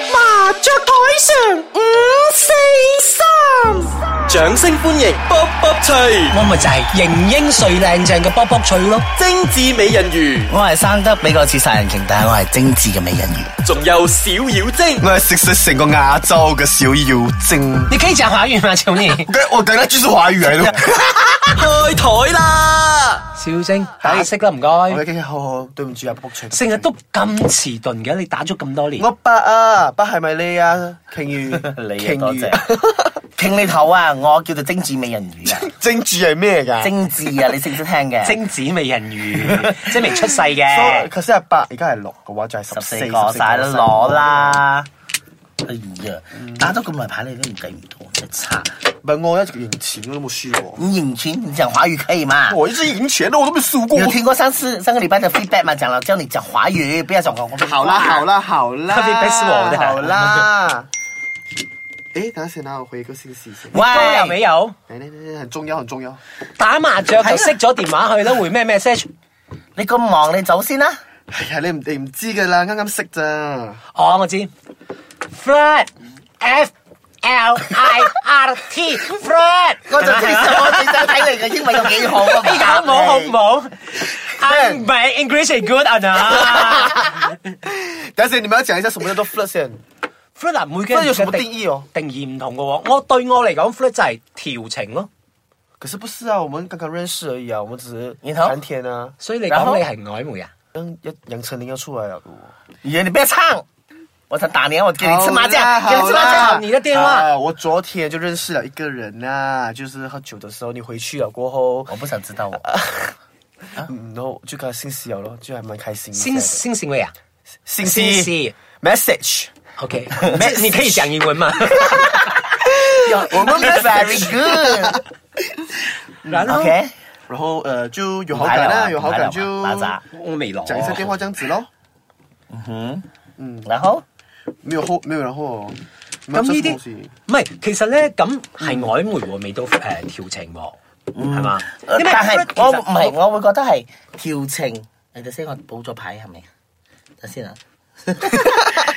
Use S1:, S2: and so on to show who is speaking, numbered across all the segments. S1: 雀台上五四三，
S2: 掌聲歡迎卜卜脆，
S3: 我咪就係型英帥靚正嘅卜卜脆咯。
S2: 精緻美人魚，
S3: 我係生得比較似殺人鯨，但係我係精緻嘅美人魚。
S2: 仲有小妖精。
S4: 我係食食成個亞洲嘅小妖精。
S3: 你可以講華語嘛，少年？
S4: 梗我梗啦，專屬華語嚟咯。
S2: 開台啦！
S3: 小晶，打色啦，唔
S4: 我
S3: 該。
S4: 嘅好好，對唔住啊，卜脆。
S3: 成日都咁遲鈍嘅，你打咗咁多年，
S4: 我八啊，八係咪你啊？鯨魚，
S5: 你啊
S4: 鯨
S5: 多
S4: 魚，
S5: 拼你頭啊！我叫做精緻美人魚啊，
S4: 精緻係咩㗎？
S5: 精緻啊！你識唔識聽 嘅？
S3: 精子美人魚，即係未出世
S4: 所以
S3: 嘅。
S4: 頭先係八，而家係六嘅話，就係十
S5: 十
S4: 四
S5: 四個晒啦，攞。啦！哎呀，打咗咁耐牌你都唔計唔到，真係差！
S4: 唔係我一直贏錢，我都冇輸過。
S5: 你贏錢，你講華語可以嘛？
S4: 我一直贏錢的，我都沒輸過
S5: 有。聽過上次上個禮拜的 feedback 嘛？講了叫你講華語，不要講廣東話。
S4: 好啦，好啦，好啦，
S3: 特別逼死我的
S4: 好啦。誒，等一下啊啦，我回一個信息先。
S3: 喂，有未有？
S4: 來來來來很重要，很重要。
S3: 打麻雀就熄咗電話去啦，回咩 message？
S5: 你咁忙，你走先啦。
S4: 哎呀，你唔你唔知㗎啦，啱啱識咋。
S3: 哦，我知，flirt f l i r t flirt，
S5: 我就最想我最想睇你嘅英文有幾好啊！
S3: 你搞我好唔好？I 唔係 English is good à. 啊 嗱
S4: 等一下你們要講一下什麼叫做 flirt 先。
S3: ，flirt 啊每個人
S4: flirt 有什麼
S3: 嘅
S4: 定義哦
S3: 定義唔同嘅喎。我對我嚟講，flirt 就係調情咯。
S4: 可是不是啊，我們剛剛認識而已啊，我們只是
S5: 然後
S4: 談天啊。
S3: 所以你
S5: 然後
S3: 講你係曖昧啊？
S4: 嗯，楊楊丞琳要出來了的哦。
S3: Dạ,
S5: 咦，你不要唱，我想打你，我
S4: 哎
S5: 給你吃麻
S4: 好啦
S5: 將，給你吃麻
S4: 好
S5: 將
S4: 啦。
S3: 你的電話
S4: 啊我昨天就認識了一個人啊，就是喝酒的時候，你回去了過後，
S5: 我不想知道我。
S4: 嗯，然後就跟他信息了咯，就還蠻開心
S3: 先
S4: 的。
S3: 先是咩啊？
S4: 信
S3: 信
S4: 息
S3: 息
S4: message，
S3: OK，咩 Dạ. 你可以講英 文嘛？
S5: 我们 very good。
S3: 然後
S5: OK，
S4: 然後呃就有好感啦，有好感就
S5: 打雜，
S3: 我未攞
S4: 講一下電話這樣子咯，
S5: 然後
S4: 沒有後沒有然後哦。
S3: 咁呢
S4: 沒有這種東
S3: 啲
S4: 西
S3: 唔係，其實咧咁係曖昧喎，未到誒、呃、調情喎，係嘛、因為
S5: 但係我唔係，
S3: 我
S5: 我會覺得係調情。你哋先，我補咗牌係咪？等 先啊。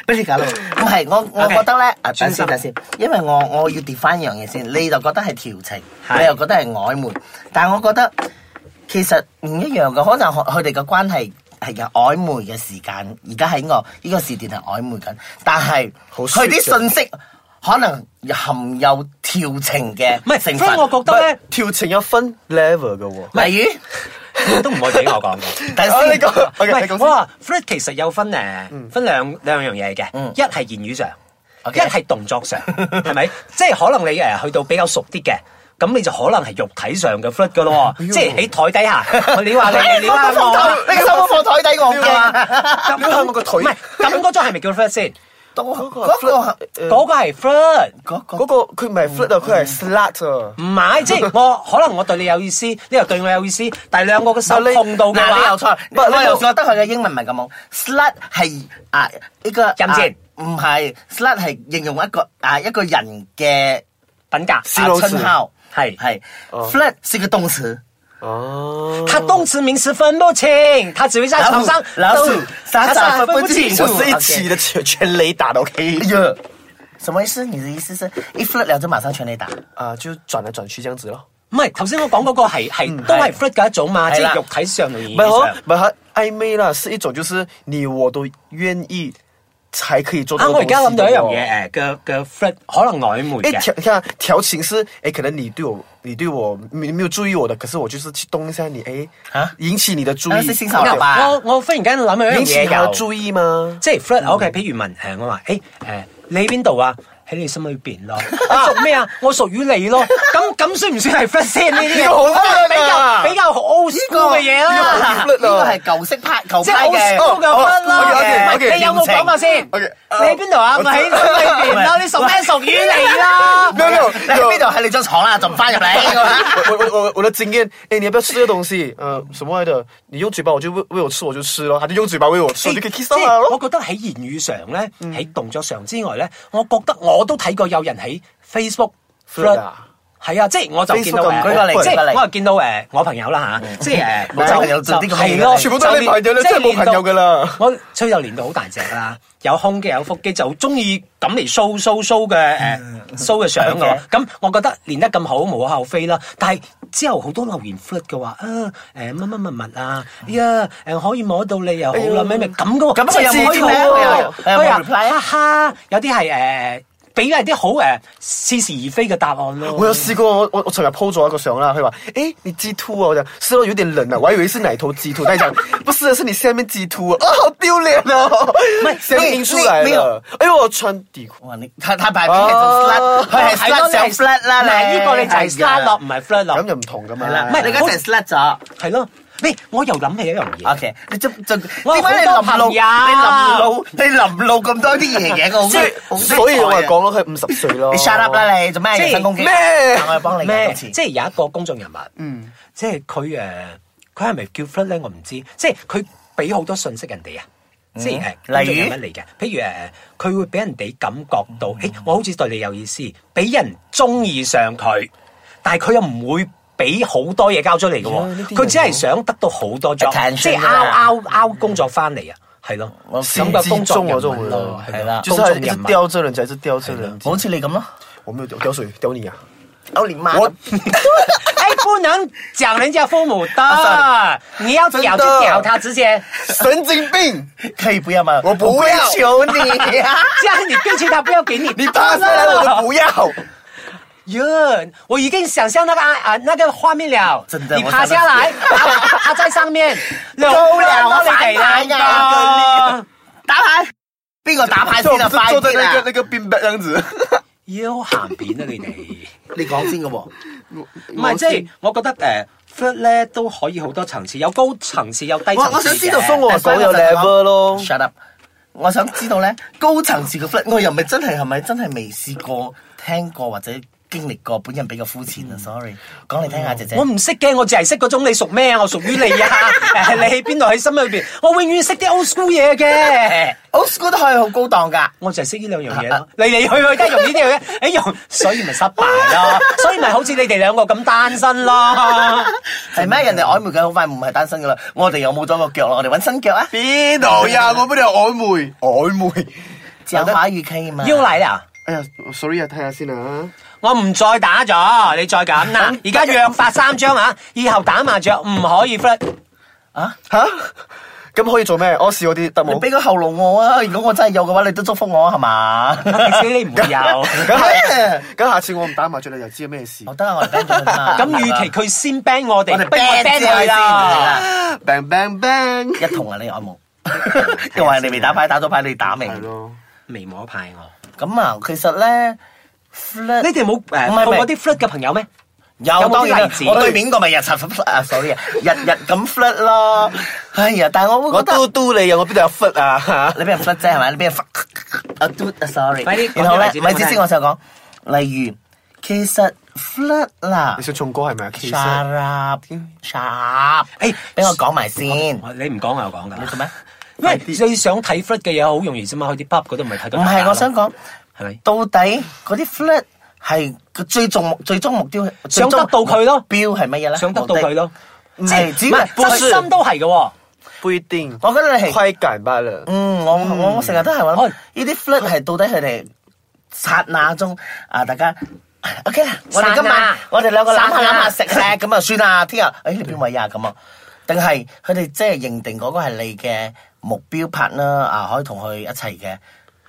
S5: 不如搞咯，唔係我，我
S3: OK，
S5: 覺得咧，啊等
S3: 專心
S5: 先等先，因為我我要跌翻一樣嘢先，你就覺得係調情，
S3: 係
S5: 你又覺得係曖昧，但係我覺得其實唔一樣嘅，可能佢佢哋嘅關係係有曖昧嘅時間，而家喺我呢個時段係曖昧緊，但係
S4: 好
S5: 佢
S4: sweet
S5: 啲信息可能含有調情嘅
S3: 唔係，
S5: 成
S3: 所
S5: 分，
S3: 以我覺得咧，
S4: 調情有分 level 嘅喎。
S5: 例如。
S3: 都唔可以俾我講嘅。
S5: 等
S4: 啊
S5: 先
S4: 你講
S3: 唔
S4: OK，你
S3: 係，
S4: 講
S3: 我
S4: 先
S3: 話 flirt 其實有分誒，分兩兩樣嘢嘅
S5: 嗯，
S3: 一係言語上，
S5: OK
S3: 一係動作 上，係咪？即係可能你誒去到比較熟啲嘅。咁你就可能係肉體上嘅 flirt 噶咯喎，即係喺 台底下，你話你，你話
S5: 放
S3: 我，
S5: 台，你手放台底我嘅，
S3: 咁
S4: 你話我個腿
S3: 唔係，咁嗰種係咪叫 flirt 先？
S5: 嗰個
S3: 嗰個係 flirt。
S5: 嗰個
S4: 嗰個佢唔係 flirt 啊，佢係 slut 啊。
S3: 唔係，即係我可能我對你有意思，你又對我有意思，但係兩個嘅手碰到嘅
S5: 嗱，你
S3: 話，
S5: 又錯，我又覺得佢嘅英文唔係咁好。Slut 係啊呢個
S3: 淫賤，
S5: 啊唔係 slut 係形容一個啊一個人嘅
S3: 品格
S4: 形容詞
S5: 稱號，
S3: 係
S5: 係
S4: 哦
S5: flirt 是個動詞，
S4: 哦。
S3: 他動詞名詞分不清，他只會在床上
S5: 老鼠
S3: 都
S5: 傻傻分不清
S4: 我是一起的全全雷打的 OK
S5: 哎。呀，什麼意思？你的意思是一 flirt 了就馬上全力打？
S4: 啊，就轉來轉去這樣子咯。
S3: 唔係，頭先我講嗰個係係都係 flirt 嘅一種嘛，
S5: 係
S3: 即
S5: 啦
S3: 係肉體上啊嘅意
S4: 唔係
S3: 義
S4: 好，
S3: 上
S4: 唔。係好曖昧啦，是一種就是你我都願意才可以做到
S3: 啊，
S4: 的
S3: 我而家諗到一樣嘢誒
S4: 東
S3: 嘅嘅 flirt 可能曖昧
S4: 西喎。誒
S3: 嘅
S4: 調，你看調情是誒，可能你對我，你對我你沒有注意我的，可是我就是去動一下你，誒
S5: 啊
S4: 引起你的注
S5: 那
S4: 意，
S5: 是性騷擾吧
S3: 我我忽然間諗到一樣
S4: 引起他的
S3: 嘢
S4: 注意嗎？
S3: 即係 flirt，OK，譬如問誒，我話誒誒，你邊度啊？喺你心裏邊 咯，我屬咩啊？我屬於你咯。咁咁算唔算係 flirt 先呢啲嘢？
S4: 呢個好 flirt 啊
S3: 比較比較 old
S5: 呢個
S3: school 嘅嘢啦
S5: 呢，個係舊式派舊
S3: 即係
S5: 派
S3: old
S5: 嘅。
S3: school 嘅 flirt
S4: 哦
S3: 啦。
S4: ，OK，OK，OK，
S3: 你有冇講過先？你
S4: OK，哦
S3: 喺邊度啊？我喺心裏邊咯。啊你屬咩？屬於你 啦。
S4: 沒有沒有
S5: 你 喺邊度？喺你張床啦，仲唔翻入嚟？
S4: 我我我我的經驗，誒、你要不要吃這個東西？呃，什麼來的？你用嘴巴我就餵餵我吃，我就吃咯，他就用嘴巴餵我吃，我就可以 kiss 到
S3: 即
S4: 他
S3: 係我
S4: 咯。
S3: 覺得喺言語上咧，
S4: 嗯
S3: 喺動作上之外咧，我覺得我都睇過有人喺 Facebook
S4: flirt
S3: flirt
S4: 啊
S3: 係啊，即係我就見到
S4: Facebook 咁
S5: 舉個例
S3: 誒，即
S5: 舉個例
S3: 係我又見到誒我朋友啦
S4: 嗯
S3: 吓，即係誒 我
S4: 啊
S5: 冇朋友
S3: 就
S5: 做啲咁嘅嘢
S3: 係咯，
S4: 全部都係你
S3: 就練
S4: 朋友你真係冇朋友㗎啦
S3: 我吹就練到好大隻啦，有胸肌有腹肌，就中意咁嚟 show show show 嘅
S4: 嗯
S3: 誒 show 嘅相㗎喎。咁我覺得練得咁好無可厚非啦。但係之後好多留言 flirt 嘅話啊誒乜乜乜物啊，
S4: 嗯
S3: 呀誒可以摸到你
S4: 哎
S3: 又好啦咩咩咁嘅喎，
S4: 啊
S5: 咁
S3: 即係又唔可以哎
S5: 刺激咩
S3: 喎
S5: 又又
S3: 佢
S5: 又
S3: 話
S5: 冇 reply
S3: 哈哈，有啲係誒俾一啲好誒似是而非嘅答案咯。
S4: 我有試過，我我我尋日 po 咗一個相啦，佢話：誒你 G two 啊，我講是咯，有點冷啊，我還以為是奶頭 G two，但係講 不是，是你下面 G two 啊，啊好丟臉哦，聲音出來
S5: 你你
S4: 了，哎呦我穿底褲，
S5: 哇！你太太白面係做
S3: 哎
S5: slut，佢係哦 slut 上 slut 啦，
S3: 嗱呢個你就係 slut 落，唔係 flirt 落
S4: 咁。就唔同噶嘛
S5: 係，啦，
S3: 唔係
S5: 你嗰陣 slut 咗。
S3: 係咯，喂，我又諗起一樣嘢。
S5: OK，你仲仲點
S3: 我
S5: 解你
S3: 好多
S5: 淋
S3: 朋
S5: 露？你
S3: 友
S5: 淋露？你淋露咁多啲嘢嘅，我好
S4: 即
S5: 好
S4: 係所以我咪講咯，佢五十歲咯，
S5: 你 shut up！啦你，做咩人身攻擊？
S4: 咩
S5: 但我又幫你
S3: 咩？
S5: 嘅今
S3: 即
S5: 次。
S3: 係有一個公眾人物，嗯，即係佢誒，佢係咪叫 flirt 咧？我唔知，即係佢俾好多信息人哋啊。即係誒，
S5: 嗯例如嗯
S3: 公眾人物嚟嘅，譬如誒，佢會俾人哋感覺到，誒，我好似對你有意思，俾人中意上佢，但係佢又唔會俾好多嘢交出嚟嘅
S4: 呢
S3: 喎，
S4: 啲
S3: 佢只係想得到好多 job，
S5: Attention
S3: 即係
S5: 啊嗯
S3: out out out 工作翻嚟啊，係咯，
S5: 我
S3: 咁嘅工作人物咯，
S5: 係啦
S4: 就
S3: 公
S4: 是
S3: 眾
S4: 還一直
S3: 人物。
S4: 吊着人家，一直吊着人家
S5: 好，似你咁咯，
S4: 我沒有吊吊水，吊 你啊！
S5: 我連媽
S4: 我
S3: 哎，不能讲人家父母
S4: 啊
S3: 的，你要屌就屌他，直接
S4: 神經病，
S5: 可以不要嗎？
S4: 我不
S5: 會
S4: 要
S5: 求你啊！
S3: 这样你对其他不要给 你。
S4: 你趴下來我都不要，
S3: 哟，我已经想象那个啊啊那个画面了，
S5: 真的
S3: 你
S5: 我
S3: 趴
S5: 想
S3: 下 来，他他在上面，
S5: 夠啦
S3: 兩個
S5: 我反
S3: 你哋
S5: 派
S3: 兩
S5: 啊
S3: 個
S5: 打牌，邊個打牌
S4: 就
S5: 先啊？快
S4: 坐在
S5: 啲
S4: 那個
S5: 啦！
S4: 那個冰白這樣子。
S3: 妖鹹片啊你 哋。
S5: 你講先嘅喎，
S3: 唔係即係，我覺得誒 flirt 咧都可以好多層次，有高層次有低層次
S5: 我我想知道
S3: 嘅
S4: 我講有 level 咯
S5: Shut up！我想知道咧高層次嘅 flirt，我又咪真係係咪真係未試過聽過或者經歷過，本人比較膚淺啊，sorry。講嚟聽下姐姐
S3: 我。唔識嘅，我淨係識嗰種你屬咩啊？我屬於 你啊！誒你喺邊度喺心裏邊？我永遠識啲 old school 嘢 嘅。
S5: old school 都可以好高檔㗎。
S3: 我就係識呢兩樣嘢咯， 嚟嚟去去都係用呢啲嘢，誒用，所以咪失敗 咯，所以咪好似你哋兩個咁單身咯。
S5: 係咩？人哋曖昧嘅好快唔係單身㗎啦，我哋又冇咗個腳啦，我哋揾新腳啊！
S4: 邊度呀？我不了曖昧，曖昧。
S5: 講華語可以嗎？
S3: 要嚟啊！
S4: 哎呀，sorry 啊，睇下先啊。
S3: 我唔再打咗，你再咁啦。而家約法三章啊，以後打麻雀唔可以 flirt。
S5: 啊！
S4: 吓？咁可以做咩？屙屎嗰啲得
S5: 你
S4: 冇？
S5: 俾個後路我啊！如果我真係有嘅話，你都祝福我係 嘛？
S3: 你知你唔 會有。
S4: 咁係咁下次我唔打麻雀，你就知咩事
S5: 我。哎得啊，啊我哋 ban 咗佢啦
S3: 咁，與其佢先 ban 我哋，
S5: 我哋
S3: 不如
S5: ban 咗佢
S3: 佢
S5: 先
S3: 啦。
S5: 啦，
S4: bang bang bang，
S5: 一同啊你我冇， 又話你未打牌，打咗牌你打明
S4: 係。咯。
S3: 微摸派我，
S5: 咁啊，其實咧，flirt
S3: 你哋冇
S5: 唔
S3: 誒做
S5: 係唔
S3: 過
S5: 係
S3: 啲 flirt 嘅朋友咩？
S5: 有
S3: 有冇啲
S5: 當然啦
S3: 例子
S5: 我對面個咪日日 flirt 啊，sorry 啊，日日咁 flirt 咯。哎呀，但係我會
S4: 我
S5: 覺得
S4: 嘟嘟你啊！我邊度有 fit 啊？嚇
S5: 你俾人 flirt 啫係咪？你俾人 fuck 啊 do 啊 sorry。
S3: 快啲講啲
S5: 然後咧
S3: 例，子俾
S5: 咪
S3: 我
S5: 之先
S3: 聽
S5: 我就講，例如其實 flirt 啦
S4: 你想唱歌係咪啊？其
S5: s
S4: 實
S5: h up s h up，
S3: 誒
S5: 俾我講埋先。
S3: 我你唔講我又講㗎。
S5: 你 做咩？
S3: 因為你想睇 flirt 嘅嘢好容易啫嘛，去啲 pub 嗰度咪睇到。
S5: 唔係，我想講，
S3: 係咪
S5: 到底嗰啲 flirt 係個最重目最終目標，
S3: 想得到佢咯
S5: 最終目標係乜嘢咧？
S3: 想得到佢咯，
S5: 目的，唔係只
S3: 唔係
S5: 係
S3: 真心都係嘅喎。
S4: 不一定，
S5: 我覺得你係，
S4: 快感罷了。
S5: 嗯，我我我成日都係
S3: 可
S5: 諗
S3: 能
S5: 呢啲 flirt 係到底佢哋剎那中啊，大家。OK 啦，我哋今
S3: 剎
S5: 晚
S3: 那
S5: 我哋兩個攬下
S3: 剎
S5: 攬下
S3: 那
S5: 食咧，咁啊算啦。聽日，誒你邊位啊？咁啊，定係佢哋即係認定嗰個係你嘅目標 partner 啊，可以同佢一齊嘅，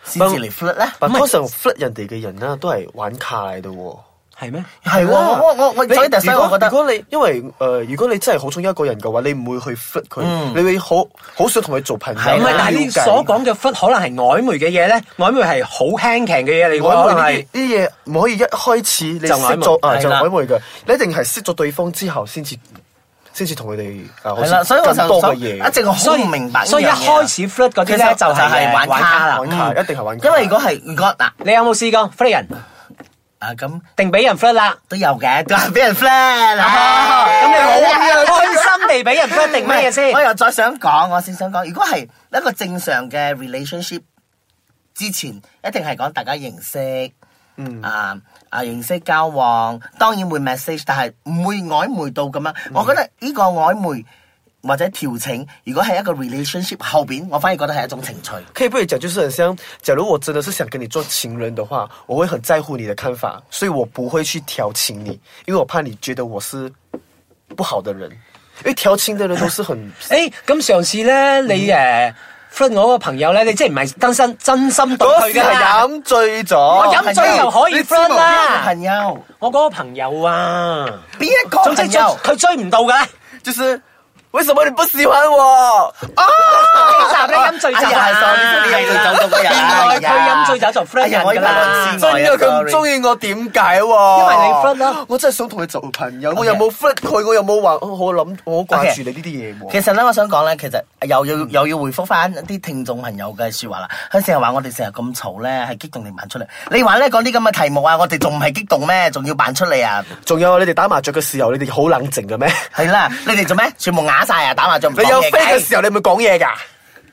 S5: 先至嚟 flirt 咧。
S4: 但通常 fit 人哋嘅人啦，都係玩卡嚟嘅喎。啊
S3: 係咩？
S5: 係喎，我我我我
S4: 你
S5: 所以特所以我覺得
S4: 如。果你因為誒，如果你真係好中意一個人嘅話，你唔會去 fit 佢，你會好好想同佢做朋友。
S5: 嗯係
S3: 唔係，
S5: 啦
S3: 但係你所講嘅 flirt 可能係曖昧嘅嘢咧，曖昧係好輕強嘅嘢嚟
S4: 曖
S3: 喎，可能
S4: 昧
S3: 係
S4: 呢啲呢啲嘢唔可以一開始你識
S3: 就曖昧
S4: 咗啊
S5: 係
S4: 就
S5: 啦
S4: 曖昧嘅，你一定係識咗對方之後先至先至同佢哋啊，好
S5: 係
S4: 似
S5: 啦，所以我就
S4: 更多嘅
S5: 想啊一
S4: 嘢。
S5: 直我好
S3: 所以
S5: 唔明白呢樣嘢。
S3: 所以一開始 flirt 嗰啲咧就係
S5: 玩卡啦，
S4: 玩卡
S5: 嗯
S4: 一定係玩卡
S5: 因為如果係如果嗱
S3: 你有冇試過 flirt 人
S5: 啊咁
S3: 定俾人 flirt 啦？
S5: 都有嘅，都係俾人 flat 啦。
S3: 咁你好開心地俾人 flirt 定咩嘢先
S5: 我？又再想講，我先想講，如果係一個正常嘅 relationship 之前，一定係講大家認識。啊啊認識交往，當然會 message，但係唔會曖昧到咁樣。我覺得呢個曖昧或者調情，如果係一個 relationship 後邊，我反而覺得係一種情趣。
S4: 可以不可以讲，就是很像，假如我真的是想跟你做情人的话，我会很在乎你的看法，所以我不会去调情你，因为我怕你觉得我是不好的人。因为调情的人都是很
S3: 诶，咁上次咧，你诶 friend 我嗰個朋友咧，你即係唔係真心真心對佢
S4: 時
S3: 㗎？
S4: 係飲醉咗，
S3: 我
S5: Ờ,
S3: 飲醉就可以
S4: 你知
S3: friend 啦
S5: 邊個朋友，
S3: 我嗰個朋友啊，
S5: 邊一個
S3: 總之
S5: 朋
S3: 追
S5: 友？
S3: 佢追唔到㗎。
S4: 就是為什麼你不喜歡我？啊，
S3: 集咧飲醉酒
S5: 哎呀，sorry，sorry，飲醉酒嗰個人
S3: 原來佢飲醉酒就 friend 人㗎啦。
S4: 真嘅佢唔中意我點解喎？
S3: 因為你 flirt 啦
S4: 我真係想同佢做朋友，我又冇 flirt 佢，我又冇話哦我諗我好掛住你呢啲嘢喎。
S5: 其實咧，我想講咧，其實又要又要回覆翻啲聽眾朋友嘅説話啦。佢成日話我哋成日咁嘈咧，係激動定扮出嚟？你話咧講啲咁嘅題目啊，我哋仲唔係激動咩？仲要扮出嚟啊？
S4: 仲有你哋打麻雀嘅時候，你哋好冷靜嘅咩？
S5: 係啦，你哋做咩？全部啞晒啊！打麻雀唔
S4: 你有
S5: 講嘢
S4: 飛嘅時候，你咪講嘢㗎？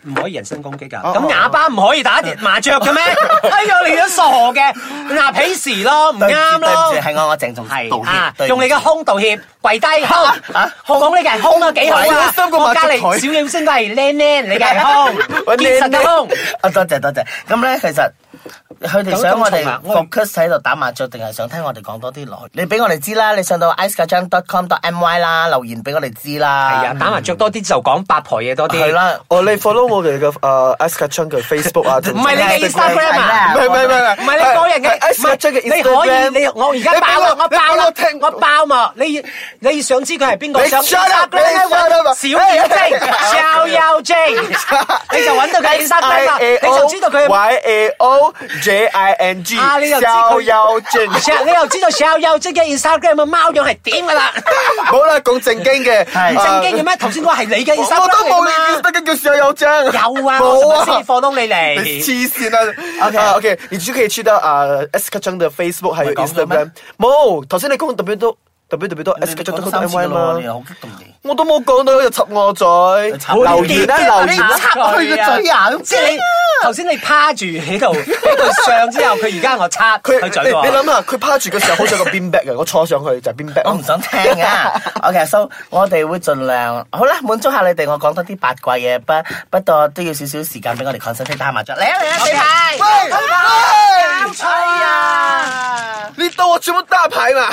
S3: 唔可以人身攻擊㗎。
S4: 哦
S3: 咁啞巴唔可以打麻雀嘅咩？哎呀，你都傻嘅，嗱鄙視咯，唔
S5: 對唔
S3: 啱
S5: 住，對唔
S3: 咯
S5: 住，。係我我鄭重道
S3: 係啊
S5: 歉，，對唔
S3: 用
S5: 住
S3: 你嘅胸道歉，跪低胸
S5: 啊，
S3: 我講你嘅胸啊幾好
S4: 喂
S3: 啊
S4: 我心，過
S3: 我
S4: 麻雀
S3: 隔離
S4: 台
S3: 小妖精都係靚靚，你嘅胸
S4: 我
S3: 結實嘅胸。
S5: 啊，多謝多謝。咁咧，其實佢哋想我哋 focus 喺度打麻雀，定係想聽我哋講多啲落去？你俾我哋知啦，你上到 icekajang.com.my 啦，留言俾我哋知啦。
S3: 係啊，打麻雀多啲就講八婆嘢多啲。
S5: 係，啦。
S4: 哦，你 Oh, follow uh, 我哋嘅誒 a s k a c h u n 嘅 Facebook 啊，
S3: 唔係你嘅 Instagram à? 啊
S4: 唔係唔係唔係
S3: 唔係你個人嘅，唔
S4: a s k a
S3: 係
S4: c h u
S3: 你
S4: n 嘅 Instagram，
S3: 可以你我而家
S4: 你俾
S3: 爆啦，我爆啦
S4: 你俾我聽，
S3: 我爆嘛！你你想知佢係邊個？
S4: 你
S3: 想
S4: shut up，
S3: Instagram
S4: 你 shut up 啊
S3: 小妖精，小妖精，你就揾到佢 Instagram 啦，你就知道佢
S4: Y A O J I N G
S3: 啊你又知
S4: 逍
S3: 佢
S4: 妖 精。
S3: 小你又知道小幼精嘅 Instagram 嘅貓樣係點噶啦？
S4: 好啦，講正經嘅，
S3: 正經
S4: 嘅
S3: 嘅咩？頭先嗰個係你嘅
S4: 我
S3: Instagram
S4: 都冇
S3: 嚟㗎嘛
S4: 得跟叫逍妖精。
S3: 有啊，
S4: 冇
S3: 我
S4: 啊
S3: 琴日先放到你
S4: 你
S3: 嚟。
S4: 黐線啊
S5: OK
S4: 啊！OK，你就可以去到啊 S K 張嘅 Facebook 還有
S5: 我講過咩
S4: Instagram。冇，頭先你講 W 都 W W 都 S K 張
S5: 講
S4: 都
S5: 咗三
S4: M uh,
S5: 次
S4: Y
S5: 啦，
S4: 嘛
S5: 你。好激動嘅。
S4: 我都冇講到，佢就插我嘴。留言啦，留言啦。
S5: 插佢個嘴 啊咁
S3: 即係你頭先你趴住喺度喺度上之後，佢而家我插
S4: 佢
S3: 佢
S4: 你
S3: 嘴
S4: 你
S3: 喎。
S4: 諗下，佢趴住嘅時候好似有個邊 back 嘅，我坐上去就係邊 back
S5: 我
S4: 咯
S5: 唔。想聽啊。OK，so 我哋會盡量好啦，滿足下你哋。我講多啲八卦嘢，不不過都要少少時間俾我哋 concentrate 打麻雀。嚟啊嚟啊，四牌，
S4: 哎喂喂哎
S5: 搞錯啊！啊
S4: 你當我全部打牌嘛？